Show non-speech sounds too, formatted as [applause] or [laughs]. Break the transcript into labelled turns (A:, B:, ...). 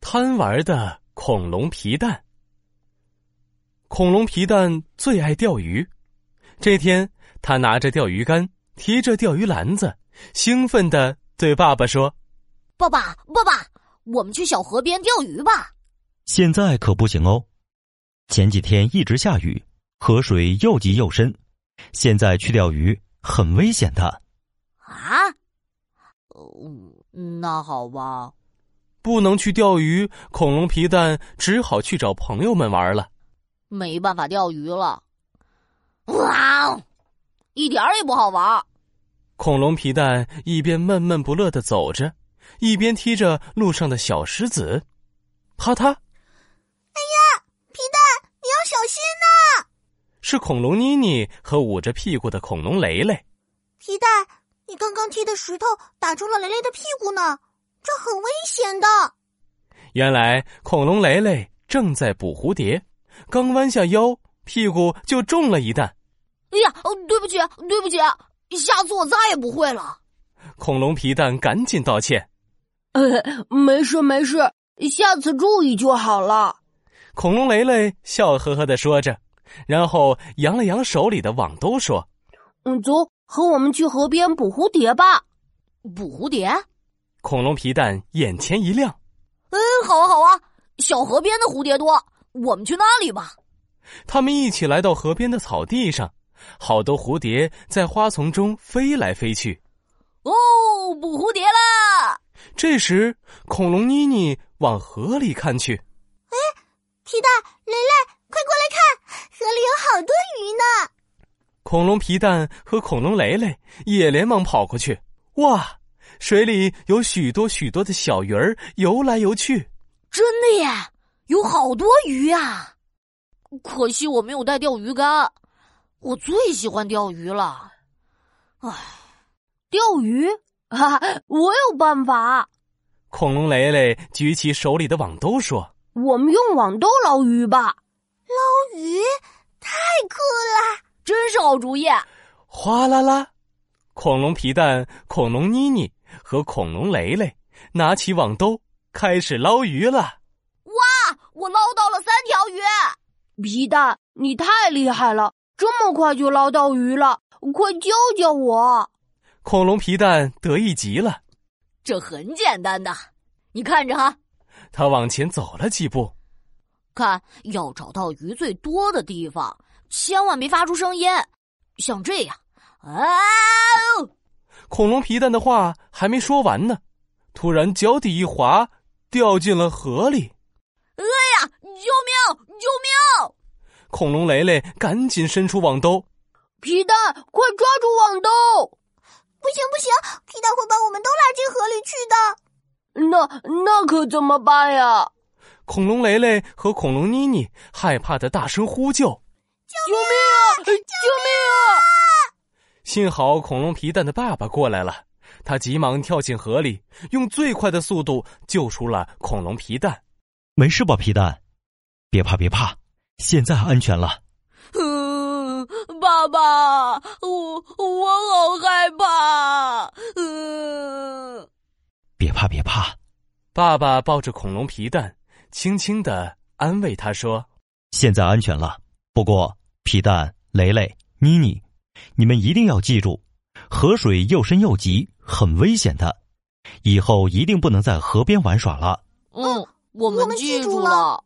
A: 贪玩的恐龙皮蛋。恐龙皮蛋最爱钓鱼。这天，他拿着钓鱼竿，提着钓鱼篮子，兴奋的对爸爸说
B: 爸爸，爸爸，我们去小河边钓鱼吧。
C: 现在可不行哦。前几天一直下雨，河水又急又深，现在去钓鱼很危险的。
B: 啊？嗯，那好吧。：“
A: 不能去钓鱼。”恐龙皮蛋只好去找朋友们玩了。
B: 没办法钓鱼了。哇哦，一点儿也不好玩儿。
A: 恐龙皮蛋一边闷闷不乐的走着，一边踢着路上的小石子，啪嗒，
D: 你要小心呐、
A: 是恐龙妮妮和捂着屁股的恐龙雷雷。
D: 皮蛋，你刚刚踢的石头打中了雷雷的屁股呢，这很危险的。
A: 原来恐龙雷雷正在捕蝴蝶，刚弯下腰，屁股就中了一弹。
B: 哎呀，哦对不起，对不起，下次我再也不会了。
A: 恐龙皮蛋赶紧道歉。
B: 呃，没事没事，下次注意就好了。
A: 恐龙雷雷笑呵呵的说着，然后扬了扬手里的网兜，说
B: 嗯，走，和我们去河边捕蝴蝶吧。捕蝴蝶？嗯，：“
A: 恐龙皮蛋眼前一亮。
B: 好啊好啊，小河边的蝴蝶多，我们去那里吧。”
A: 他们一起来到河边的草地上，好多蝴蝶在花丛中飞来飞去。
B: 哦，捕蝴蝶啦！
A: 这时，恐龙妮妮往河里看去，
D: 皮蛋，雷雷，快过来看，河里有好多鱼呢。
A: 恐龙皮蛋和恐龙雷雷也连忙跑过去。哇，水里有许多许多的小鱼儿游来游去。
B: 真的耶，有好多鱼啊！可惜我没有带钓鱼竿，我最喜欢钓鱼了。唉，钓鱼 [laughs] 啊，我有办法，
A: 恐龙雷雷举起手里的网兜说
B: 我们用网兜捞鱼吧，
D: 捞鱼太酷了！
B: 真是好主意。：“啊
A: 哗啦啦！”恐龙皮蛋、恐龙妮妮和恐龙雷雷拿起网兜开始捞鱼了。
B: 我捞到了三条鱼。皮蛋，你太厉害了，这么快就捞到鱼了，快教教我！
A: 恐龙皮蛋得意极了，
B: 这很简单的，你看着哈，
A: 他往前走了几步。
B: 看要找到鱼最多的地方，千万别发出声音，像这样啊！哦哎
A: 恐龙皮蛋的话还没说完呢，突然脚底一滑，掉进了河里。
B: 哎呀，救命！救命！
A: 恐龙雷雷赶紧伸出网兜，
B: 皮蛋，快抓住网兜！
D: 不行不行，皮蛋会把我们都拉进河里去的。
B: 那那可怎么办呀？
A: 恐龙雷雷和恐龙妮妮害怕的大声呼救。
B: 救命！救命啊！
A: 幸好恐龙皮蛋的爸爸过来了，他急忙跳进河里，用最快的速度救出了恐龙皮蛋。
C: 没事吧，皮蛋？别怕，别怕，现在安全了。
B: 嗯， [laughs] 爸爸，我我好害怕。呃嗯，
C: 别怕，别怕，
A: 爸爸抱着恐龙皮蛋，轻轻的安慰他说
C: 现在安全了。不过，皮蛋、雷雷、妮妮，你们一定要记住，河水又深又急，很危险的。以后一定不能在河边玩耍了。
B: 嗯，我
D: 们记住了。